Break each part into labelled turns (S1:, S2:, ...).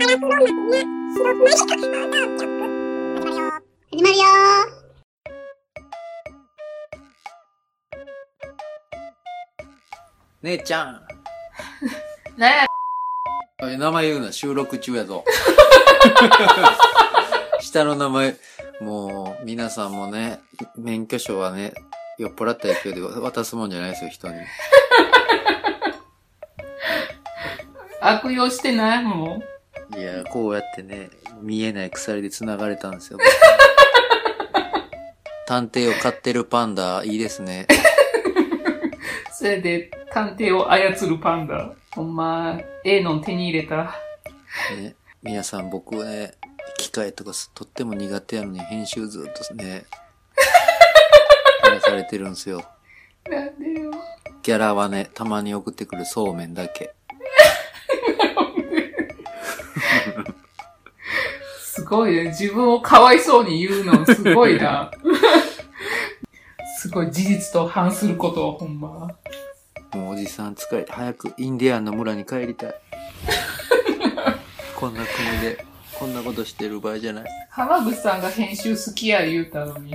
S1: 白黒幕ね白黒幕ハートキャップ始まるよ始まるよ
S2: 姉ちゃん。
S3: なんや
S2: おい名前言うな、収録中や ぞ。下の名前、もう、皆さんもね、免許証はね、酔っ払った勢いで渡すもんじゃないですよ、人に。
S3: 悪用してないもん。
S2: いや、こうやってね、見えない鎖で繋がれたん ですよ。探偵を飼ってるパンダ、いいですね。
S3: それで、探偵を操るパンダ。ほんま、ええのん手に入れた。
S2: ね皆さん、僕はね、機械とかすとっても苦手やのに、編集ずっとね、 やらされてるんですよ。
S3: なんでよ。
S2: ギャラはね、たまに送ってくるそうめんだけ。
S3: すごいね。自分をかわいそうに言うの、すごい な。すごい、事実と反することを、ほんま。
S2: もうおじさん疲れて、早くインディアンの村に帰り たい。こんな国で、こんなことしてる場合じゃない。
S3: 浜口さんが編集好きや言うたのに。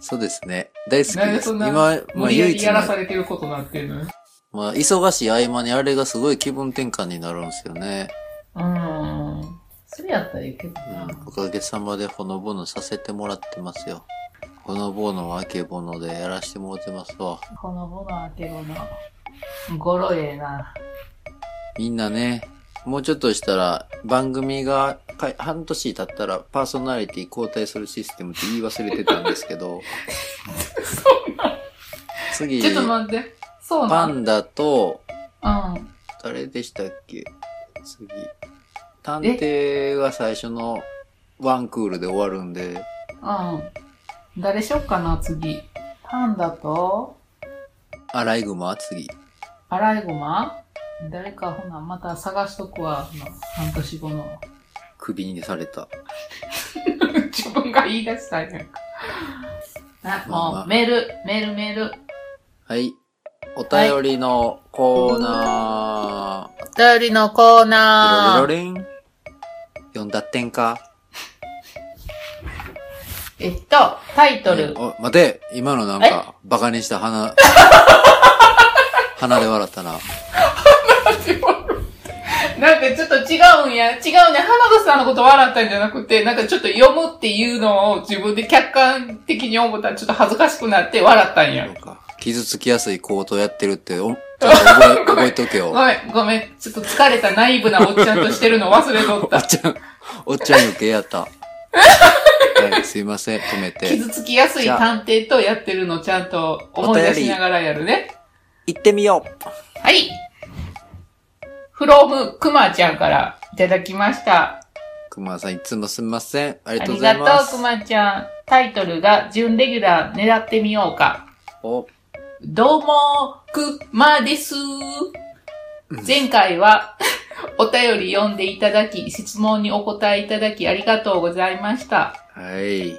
S2: そうですね。大好き
S3: なん
S2: で。
S3: ですそん
S2: 今、
S3: な、
S2: ま
S3: 無
S2: あ
S3: 理や
S2: 唯
S3: り
S2: 一
S3: や
S2: ね、
S3: らされてることなってるのよ
S2: まあ忙しい合間にあれがすごい気分転換になるんですよね。
S3: うーん。それやったらいいけどな。
S2: うん。おかげさまでほのぼのさせてもらってますよ。ほのぼのはあけぼのでやらしてもらってますわ。
S3: このものはけどな。ゴロええな。
S2: みんなね、もうちょっとしたら番組がか半年経ったらパーソナリティ交代するシステムって言い忘れてたんですけ ど、
S3: そうなん。
S2: 次
S3: ちょ、っと待って。そう
S2: パ
S3: なん。うん。
S2: ンダと、
S3: あ
S2: 誰でしたっけ次。探偵が最初のワンクールで終わるんで、
S3: うん。誰しよっかな、次。パンダと、
S2: アライグマ次。
S3: アライグマ誰か、ほな、また探しとくわ、ほな半年後の。
S2: クビにされた。
S3: 自分が言い出したいやんか。あ、
S2: まあま
S3: も
S2: あ
S3: う、メール、メール、メール。
S2: はい。お便りのコーナー。
S3: お便りのコーナ
S2: ロ。リロリン。読んだってんか
S3: えっと、タイト
S2: ね
S3: ル。
S2: お、待て今のなんか、バカにした鼻。鼻で笑ったな。
S3: なんかちょっと違うんや。違うね。浜田さんのこと笑ったんじゃなくて、なんかちょっと読むっていうのを自分で客観的に思ったらちょっと恥ずかしくなって笑ったん
S2: そう
S3: や。
S2: か傷つきやすい口頭やってるって、おちゃんと覚え覚えとけよ。
S3: ごめん、ごめん。ちょっと疲れたナイーブなおっちゃんとしてるの忘れとっ
S2: お
S3: た
S2: っ。ちゃん、おっちゃん余計やった。はい、すいません、止めて。
S3: 傷つきやすい探偵とやってるのちゃんと思い出しながらやるね。
S2: 行ってみよう
S3: はい。フロームくまちゃんからいただきました。
S2: くまさん、いつもすみません。あり
S3: あ
S2: がとう
S3: り
S2: ござ
S3: が
S2: いま
S3: とう、
S2: す
S3: く。まちゃん。タイトルが準レギュラー狙ってみようか。
S2: お
S3: どうも、くまです。前回は お便り読んでいただき、質問にお答えいただきありがとうございました。
S2: はい。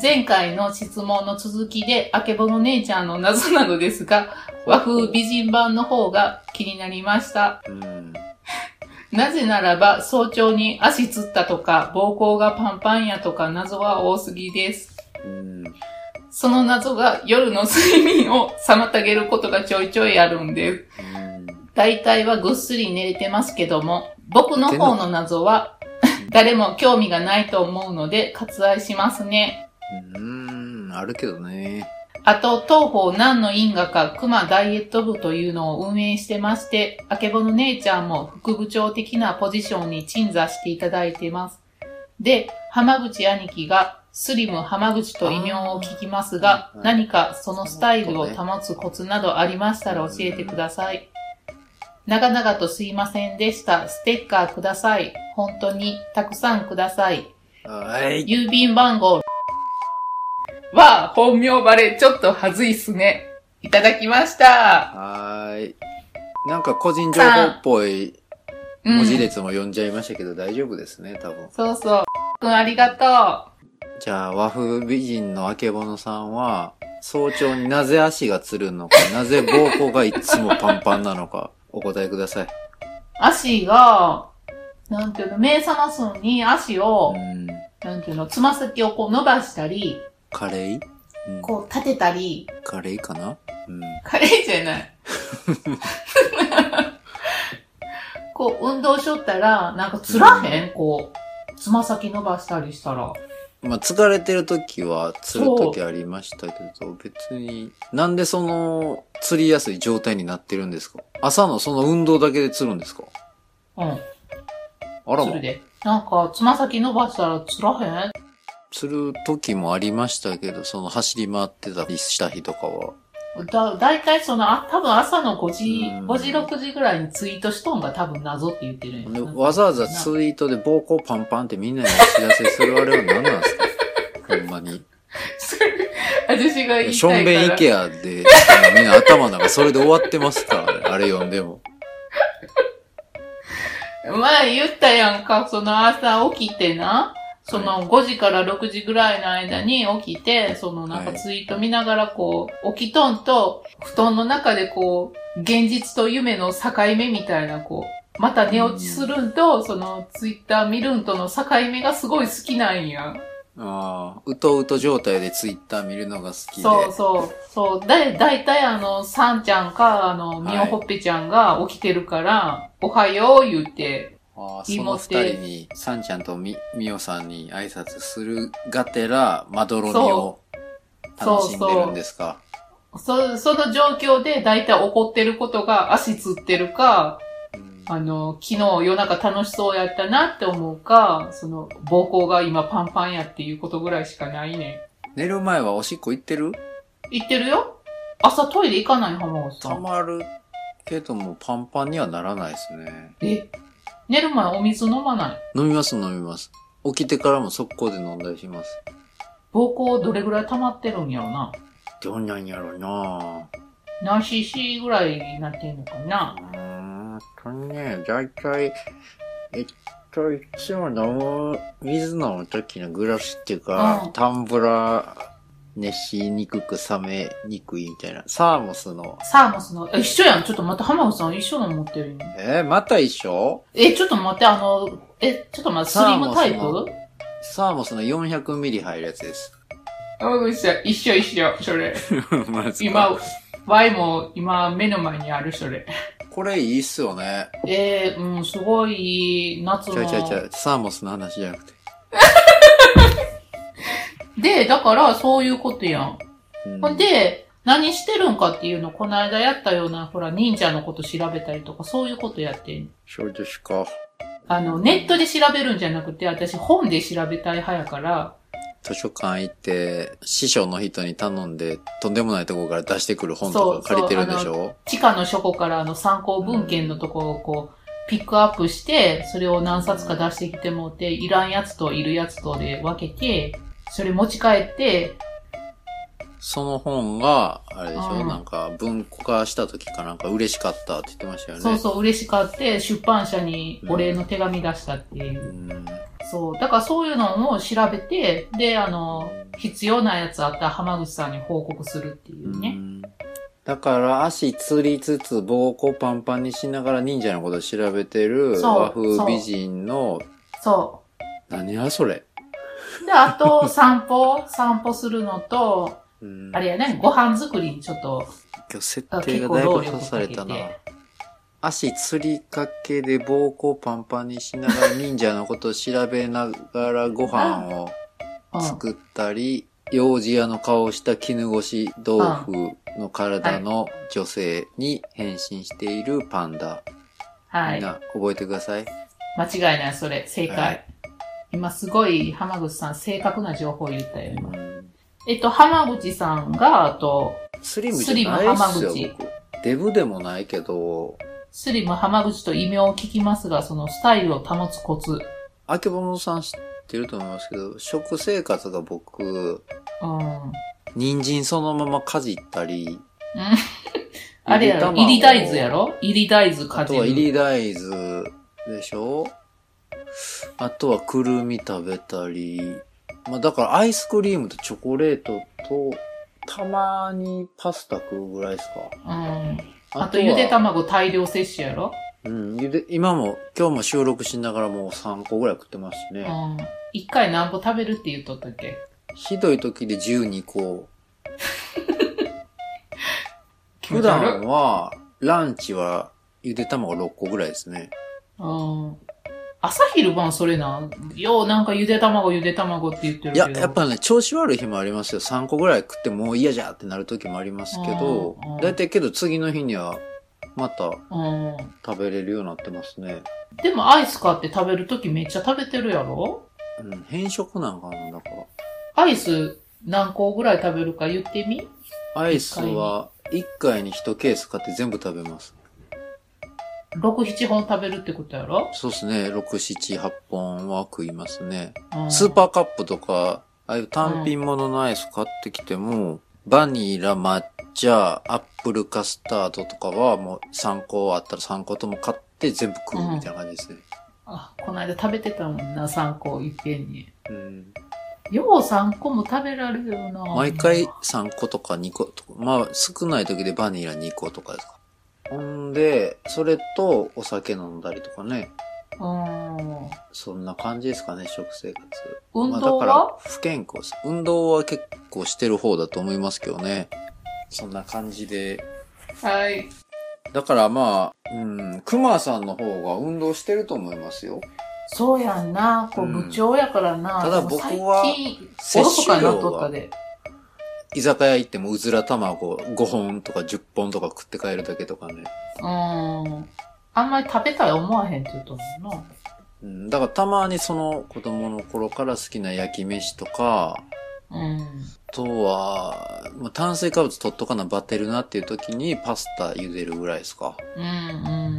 S3: 前回の質問の続きで、あけぼの姉ちゃんの謎なのですが、和風美人版の方が気になりました。
S2: うん。
S3: なぜならば、早朝に足つったとか、膀胱がパンパンやとか謎は多すぎです。
S2: うん。
S3: その謎が夜の睡眠を妨げることがちょいちょいあるんです。大体はぐっすり寝れてますけども、僕の方の謎は 誰も興味がないと思うので割愛しますね。
S2: うん。うん。あるけどね。
S3: あと、当方何の因果か熊ダイエット部というのを運営してまして、あけぼの姉ちゃんも副部長的なポジションに鎮座していただいてます。で、浜口兄貴がスリム浜口と異名を聞きます
S2: あ
S3: が
S2: ーはい、
S3: 何かそのスタイルを保つコツなどありましたら教えてください。長々とすいませんでした。ステッカーください。本当にたくさんください。
S2: はい。
S3: 郵便番号は本名バレちょっとはずいっすね。いただきました。
S2: はーい。なんか個人情報っぽい
S3: うん
S2: 文字列も読んじゃいましたけど、大丈夫ですね、多分。
S3: そうそう。くんありがと
S2: じゃあ、和風美人のあけぼのさんは、早朝になぜ足がつる のか、なぜ膀胱がいつもパンパンなのか、お答えください。
S3: う。足が、なんていうの、目覚ますのに足を、
S2: うん。
S3: なんていうの、つま先をこう伸ばしたり、
S2: カレー、うん、
S3: こう立てたり、
S2: カレーかなうん。
S3: カレーじ ゃない。こう運動しよったら、なんかつらへんこう、つま先伸ばしたりしたら。
S2: まあ、疲れてる時は釣る時ありましたけど、別に、なんでその釣りやすい状態になってるんですか朝のその運動だけで釣るんですか
S3: うん、
S2: あら
S3: そ
S2: ま
S3: れ、で。なんか、つま先伸ばしたらつらへん
S2: 釣る時もありましたけど、その走り回ってたりした日とかは。
S3: だ、だいたいその、あ、多分朝の5時
S2: う、ん
S3: 5時、6時ぐらいにツイートしとんが多分謎って言ってるん
S2: で
S3: や
S2: わざわざツイートで暴行パンパンってみんなにお知らせするあれは何なんです かほんまに。
S3: それ 私が言い
S2: ショ
S3: た
S2: ン
S3: いか
S2: ベンイ
S3: ら。
S2: ケアで、みんな頭の中それで終わってますからね、あれ読んでも。
S3: 前言ったやんか、その朝起きてな、その5時から6時ぐらいの間に起きて、そのなんか
S2: はい
S3: ツイート見ながらこう、起きとんと、布団の中でこう、現実と夢の境目みたいなこう、また寝落ちするんと、そのツイッター見るんとの境目がすごい好きなんや。
S2: ああ、うとうと状態でツイッター見るのが好きで。
S3: そうそう。そう。だ、だいたいあの、さんちゃんか、あの、みおほっぺちゃんが起きてるから、おはよう言って、
S2: ああそ
S3: 芋
S2: の
S3: っ
S2: 二
S3: て
S2: 人に、さんちゃんとみ、みおさんに挨拶するがてら、まどろみを楽しんでるんですか。
S3: そその状況で大体起こってることが足つってるか、
S2: うん
S3: あの、昨日夜中楽しそうやったなって思うか、その、膀胱が今パンパンやっていうことぐらいしかないね。
S2: 寝る前はおしっこ行ってる
S3: 言ってるよ朝トイレ行かない浜尾さ
S2: た
S3: ん。
S2: まるけどもパンパンにはならないですね。
S3: え寝る前お水飲まない。
S2: 飲みます飲みます。起きてからも速攻で飲んだりします。
S3: 膀胱どれぐらい溜まってるんやろな。
S2: どんなんやろな
S3: 何 cc ぐらいになってんのかな
S2: う。ーんとね、だいたい、えっと、いつも飲む、水飲む時のグラスっていうか、
S3: うん
S2: タンブラー、熱しにくく冷めにくいみたいな。サーモスの、
S3: サーモスの、え一緒やん。ちょっと待って、浜尾さん一緒の持ってるよ。
S2: えーまた一緒
S3: え、ちょっと待って、あの、え、ちょっと待って、スリムタイ
S2: サーモ
S3: プ
S2: サーモスの400ミリ入るやつ です。
S3: あ、ごめんなさい。一緒一緒、それ。
S2: マジか
S3: 今、Y も今目の前にある、それ。
S2: これいいっすよね。
S3: えー、うん、すごい、夏
S2: ちゃ
S3: の
S2: う。ちゃうちゃう。サーモスの話じゃなくて。
S3: で、だから、そういうことやん。
S2: うん
S3: ほんで、何してるんかっていうの、この間やったような、ほら、忍者のこと調べたりとか、そういうことやってん。
S2: そうですか。
S3: あの、ネットで調べるんじゃなくて、私、本で調べたい派やから、
S2: 図書館行って、師匠の人に頼んで、とんでもないとこから出してくる本とか借りてるんでし
S3: そ
S2: ょ
S3: 地下の書庫からあの参考文献のとこをこう、ピックアップして、それを何冊か出してきてもうて、いらんやつといるやつとで分けて、それ持ち帰って、
S2: その本が、あれでしょ、
S3: うん
S2: なんか文庫化した時かなんか嬉しかったって言ってましたよね。
S3: そうそう嬉しかって、出版社にお礼の手紙出したっていう。
S2: うん
S3: そう。だからそういうのを調べて、で、あの、必要なやつあったら浜口さんに報告するっていう
S2: う
S3: ね。
S2: んだから足つりつつ膀胱パンパンにしながら忍者のことを調べてる
S3: そう
S2: 和風美人の、
S3: そう。
S2: 何やそれ。
S3: で、あ と、散歩、散歩するのと、
S2: うん
S3: あれやね、ご飯作りにちょっと、
S2: 今日設定がだいぶ足されたな
S3: 結構労力をか。
S2: 足つりかけで膀胱パンパンにしながら忍者のことを調べながらご飯を
S3: うん、
S2: 作ったり、幼児屋の顔をした絹ごし豆腐の体の女性に変身しているパンダ。
S3: は
S2: み
S3: い
S2: ん。な覚えてください。
S3: 間違いない、それ。正解。
S2: はい
S3: 今すごい浜口さん正確な情報を言ったよ、今。
S2: うん
S3: えっと、浜口さんが、あと、
S2: スリムじゃないっすよ
S3: スリム、
S2: 僕。デブでもないけど、
S3: スリム浜口と異名を聞きますが、そのスタイルを保つコツ。
S2: あけぼのさん知ってると思いますけど、食生活が僕、
S3: うん。
S2: 人参そのままかじったり、
S3: あれやろ、
S2: ゆ
S3: 入
S2: で
S3: り
S2: 卵を
S3: 大豆やろ入り大豆か
S2: あと
S3: じ
S2: は
S3: る。
S2: イリ大豆でしょあとはくるみ食べたり。まあだからアイスクリームとチョコレートと、たまにパスタ食うぐらいですか。
S3: うん。
S2: は
S3: あと、ゆで卵大量摂取やろ
S2: うん。で今も、今日も収録しながらもう3個ぐらい食ってますし
S3: う
S2: ね。
S3: ん。一回なんぼ食べるって言っとったっけ
S2: ひどい時で12個。
S3: 気持
S2: 普
S3: ち悪い
S2: 段は、ランチは、ゆで卵6個ぐらいですね。
S3: うん。朝昼晩それな。ようなんかゆで卵ゆで卵って言ってる
S2: い
S3: けど。
S2: や、やっぱね、調子悪い日もありますよ。3個ぐらい食ってもう嫌じゃってなる時もありますけど
S3: うんうん、
S2: だいたいけど次の日には、また
S3: うん。
S2: 食べれるようになってますね。
S3: でもアイス買って食べるときめっちゃ食べてるやろ
S2: うん、変色なんかな、だから。
S3: アイス何個ぐらい食べるか言ってみ
S2: アイスは、1回に1ケース買って全部食べます。
S3: ?6、7本食べるってことやろ
S2: そうですね。6、7、8本は食いますね。
S3: うん
S2: スーパーカップとか、ああいう単品物のアイス買ってきても、バニラ、抹茶、アップルカスタードとかはもう3個あったら3個とも買って全部食うみたいな感じですね。
S3: あ、この間食べてたもんな、3個いっぺんに。
S2: うん。
S3: よう3個も食べられるよな。
S2: 毎回3個とか2個とか、まあ少ない時でバニラ2個とかですか。ほんで、それとお酒飲んだりとかね。
S3: うん。
S2: そんな感じですかね、食生活。
S3: 運
S2: まあ
S3: 動
S2: だ
S3: は、
S2: から不健康です。運動は結構してる方だと思いますけどね。そんな感じで。
S3: はい。
S2: だからまあ、うん、熊さんの方が運動してると思いますよ。
S3: そうやんな。こう、
S2: うん
S3: 部長やからな。
S2: ただ
S3: でも
S2: 僕は
S3: 最近、おろそかになっとったで。
S2: 居酒屋行ってもうずら卵5本とか10本とか食って帰るだけとかね。
S3: うーん。あんまり食べたい思わへんって言うと思うな。
S2: うん、だからたまにその子供の頃から好きな焼き飯とか、
S3: うん。
S2: あとは、まあ、炭水化物取っとかなバテるなっていう時にパスタ茹でるぐらいですか。
S3: うんう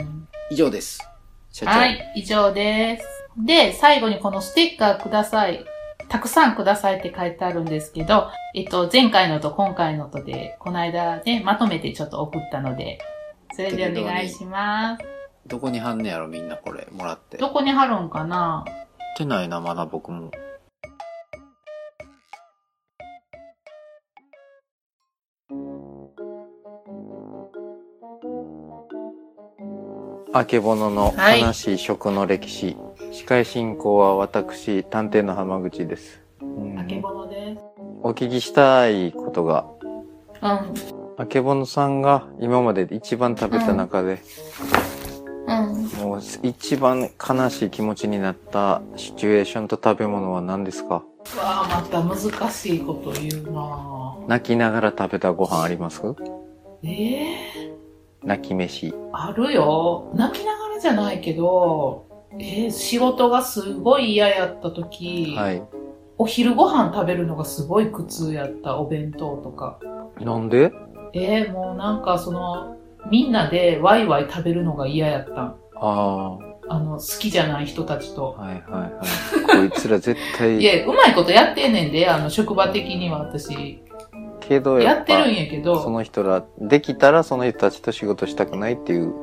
S3: ん。
S2: 以上です。社長。
S3: はい、以上です。で、最後にこのステッカーください。たくさんくださいって書いてあるんですけど、えっと、前回のと今回のとで、この間ね、まとめてちょっと送ったので、それでお願いします。
S2: どこに貼んねやろみんなこれもらって。
S3: どこに貼るんかな
S2: ってないな、まだ僕も。あけぼのの
S3: はい
S2: 悲しい食の歴史、司会進行は私探偵の浜口です、うん
S3: あけぼのです。
S2: お聞きしたいことが
S3: う
S2: あけぼのさんが今までで一番食べた中で、
S3: ん。うん。
S2: もう一番悲しい気持ちになったシチュエーションと食べ物は何ですか
S3: うわあまた難しいこと言うなぁ
S2: 泣きながら食べたご飯あります
S3: ええ
S2: 泣き飯。
S3: あるよ。泣きながらじゃないけど、えー仕事がすごい嫌やった時、
S2: はい。
S3: お昼ご飯食べるのがすごい苦痛やったお弁当とか。
S2: なんで
S3: えーもうなんかその、みんなでワイワイ食べるのが嫌やったん。
S2: ああ、は
S3: あの、好きじゃない人たち
S2: い
S3: と。
S2: はいはい。 こいつら絶
S3: い
S2: 対、
S3: や、うまいことやってんねんで、あの、職場的には私、
S2: けどや
S3: や
S2: っ
S3: って
S2: ぱ
S3: るん、やけ
S2: そ
S3: ど、
S2: の人ら、できたらその人たちと仕事したくないっていう。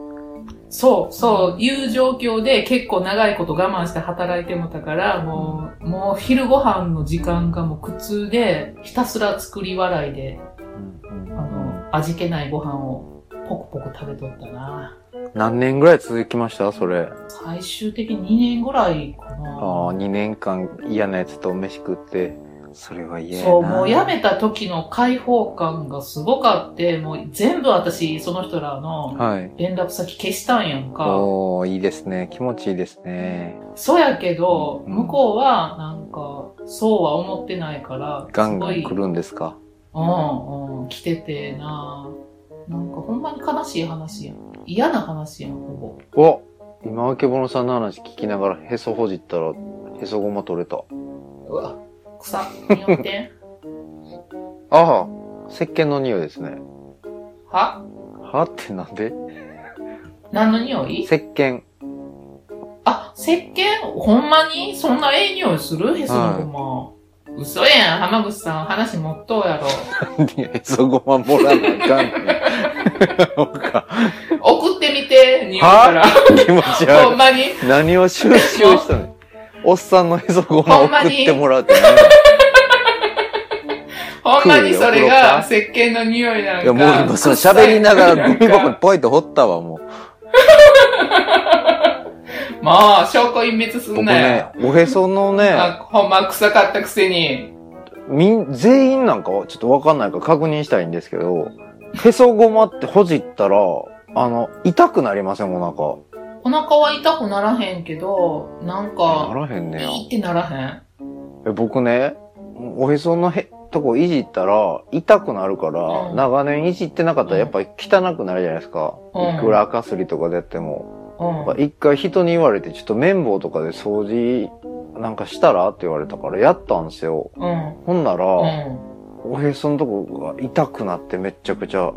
S3: そう、そう、いう状況で結構長いこと我慢して働いてもたから、もう、もう昼ご飯の時間がもう苦痛で、ひたすら作り笑いで、
S2: うんう
S3: あ
S2: ん
S3: の、味気ないご飯をポクポク食べとったな。
S2: 何年ぐらい続きましたそれ。
S3: 最終的に2年ぐらいか
S2: ああ、
S3: な。
S2: 2年間嫌なやつと飯食って、それは嫌やな。
S3: そう、もうやめた時の解放感がすごかって、もう全部私、その人らの
S2: はい。
S3: 連絡先消したんやんか。
S2: おー、いいですね。気持ちいいですね。
S3: そうやけど、
S2: うん
S3: 向こうはなんか、そうは思ってないから、
S2: ガンガ
S3: す
S2: ン
S3: ご
S2: 来
S3: い
S2: るんですか
S3: うんうん、来ててななんかほんまに悲しい話やん。嫌な話やん、ほぼ。
S2: お今、あけぼのさんの話聞きながらへそほじったら、へそごま取れた。
S3: うわ、草、匂って。
S2: ああ、石鹸の匂いですね。
S3: は
S2: はってなんで
S3: 何の匂い
S2: 石鹸。
S3: あ、石鹸ほんまにそんなええ匂いするへそのごま。嘘やん、浜口さん。話持っと うやろ。
S2: へそごまもらなあかん ねん。そうか
S3: 送ってみて、匂いから。
S2: 気持ち
S3: ほ
S2: 悪
S3: んまに。
S2: い。何を収集したのおっさんのへそごま
S3: ほん
S2: 送
S3: まに
S2: ってもらうって
S3: ほんまにそれが
S2: 食
S3: 石鹸の匂いなんか。
S2: 何いや、もう今、その喋りながらゴミ箱にポイって掘ったわ、もう。
S3: もう、証拠隠滅す
S2: 僕
S3: んな
S2: ね
S3: よ。、
S2: おへその
S3: あ
S2: ね、
S3: ほんま臭かったくせに。
S2: みん、全員なんかはちょっとわかんないから確認したいんですけど、へそごまってほじったら、あの、痛くなりません、お
S3: お腹は痛くならへんけど、なん
S2: 腹。
S3: か、
S2: ならへんねや。
S3: いいってならへん。
S2: え僕ね、おへそのへ、とこいじったら、痛くなるから、
S3: うん
S2: 長年いじってなかったらやっぱり汚くなるじゃないですか。
S3: うん
S2: いくら赤すりとかでやっても。
S3: うん。
S2: まあ一回人に言われて、ちょっと綿棒とかで掃除なんかしたらって言われたから、やったんですよ。
S3: うん。
S2: ほんなら、
S3: うん。
S2: おへそのとこが痛くなってめっちゃくちゃ、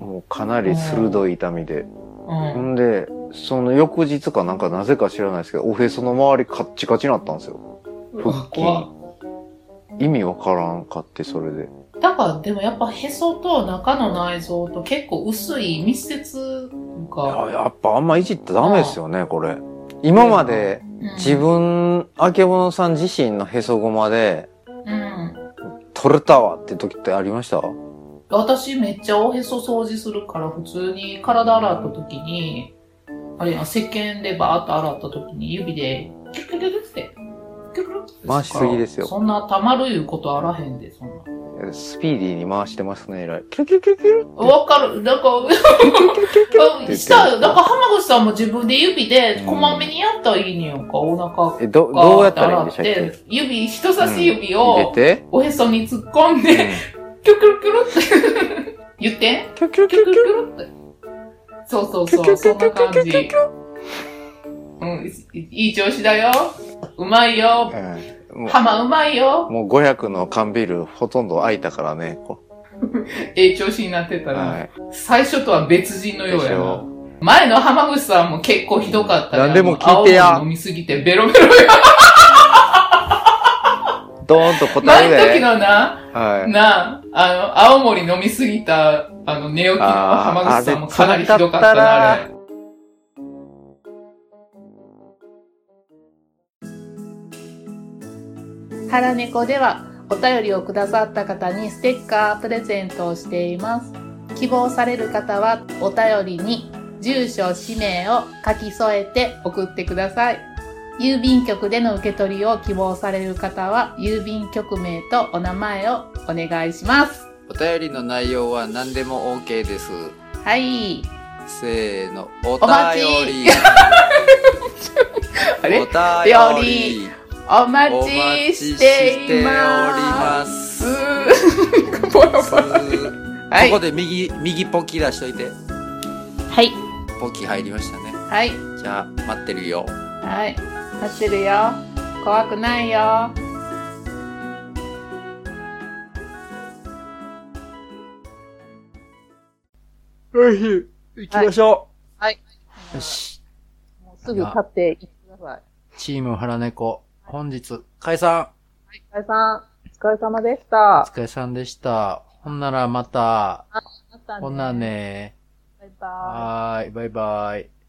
S2: もうかなり鋭い痛みで。
S3: うん
S2: ほ。んで、その翌日かなんかなぜか知らないですけど、おへその周りカッチカチになったんですよ。
S3: うわ
S2: 腹筋
S3: 怖っ
S2: 意味わからんかって、それで。
S3: だからでもやっぱへそと中の内臓と結構薄い密接
S2: あ
S3: が、
S2: やっぱあんまいじったらダメですよね、これ。今まで
S3: うん
S2: 自、分、あけぼのさん自身のへそごまで、
S3: うん、
S2: 取れたわって時ってありました
S3: 私めっちゃおへそ掃除するから普通に体洗った時にあれやん石鹸でバーッと洗った時に指でキュッキュッキュッキュッってキュッキュッキュッって
S2: 回しすぎですよ
S3: そんなたまるいうことあらへんでそんな
S2: スピーディーに回してますね、えらい。キュルキュルキュルキュル
S3: わかるなんか
S2: キュルキュルキュルキュルって言ってる
S3: したよだから浜口さんも自分で指でこまめにやったらいいねやんかお腹
S2: え、ど、
S3: ガ
S2: どうや
S3: ー
S2: っ
S3: ッて
S2: たらいいん
S3: 洗
S2: で
S3: っ
S2: したっけ
S3: て指人差し指を、
S2: 入れて、
S3: おへそに突っ込んで、キュルキュルキュルって言って、
S2: キュルキュル
S3: キ
S2: キ
S3: ュ
S2: ュ
S3: ル
S2: ル
S3: キ
S2: キュル
S3: ュルって。そうそうそう、そんな感じ。うん、いいい調子だよ。うまいよ。
S2: うんも
S3: 浜うまいよ
S2: う。もう500の缶ビールほとんど空いたからね。こ
S3: ええ調子になってた
S2: う
S3: ら、
S2: はい。
S3: 最初とは別人のよう
S2: でし
S3: やな
S2: ょ。
S3: 前の浜口さんも結構ひどかったね
S2: 何でも聞いてや
S3: 青の飲みすぎてベロベロや。
S2: ドーンと答
S3: 前
S2: え
S3: の時
S2: で。
S3: のな、
S2: はい。
S3: な、あの、青森飲みすぎた、あの、寝起きの浜口さんもかなりひどかったな、
S2: あ
S3: あ
S2: れ
S3: れ。ハラネコではお便りをくださった方にステッカープレゼントをしています。希望される方はお便りに住所、氏名を書き添えて送ってください。郵便局での受け取りを希望される方は郵便局名とお名前をお願いします。
S4: お便りの内容は何でも OK です。
S3: はい。
S4: せーの、お
S3: 待ち
S4: 便り。
S3: あれ
S4: お便り。
S3: お待
S4: お
S3: ちし
S4: 待ちしててお
S3: い
S4: り
S3: ま。
S4: ますす。
S3: ボロボロはい
S4: ここ。で右、右ポキ出しといて。
S3: はい。
S4: ポキ入りましたね。
S3: はい。
S4: じゃあ、待ってるよ。
S3: はい。待ってるよ。怖くないよ。
S2: よし、行きましょ
S4: よし。
S3: もうすぐ立って行ってください。
S4: チーム腹猫、本日、解散
S3: お疲れさん、お疲れ様でした。
S4: 疲れさんでした。ほんならまた、
S3: またね
S4: ね。
S3: バイバイ。
S4: はーい、バイバイ。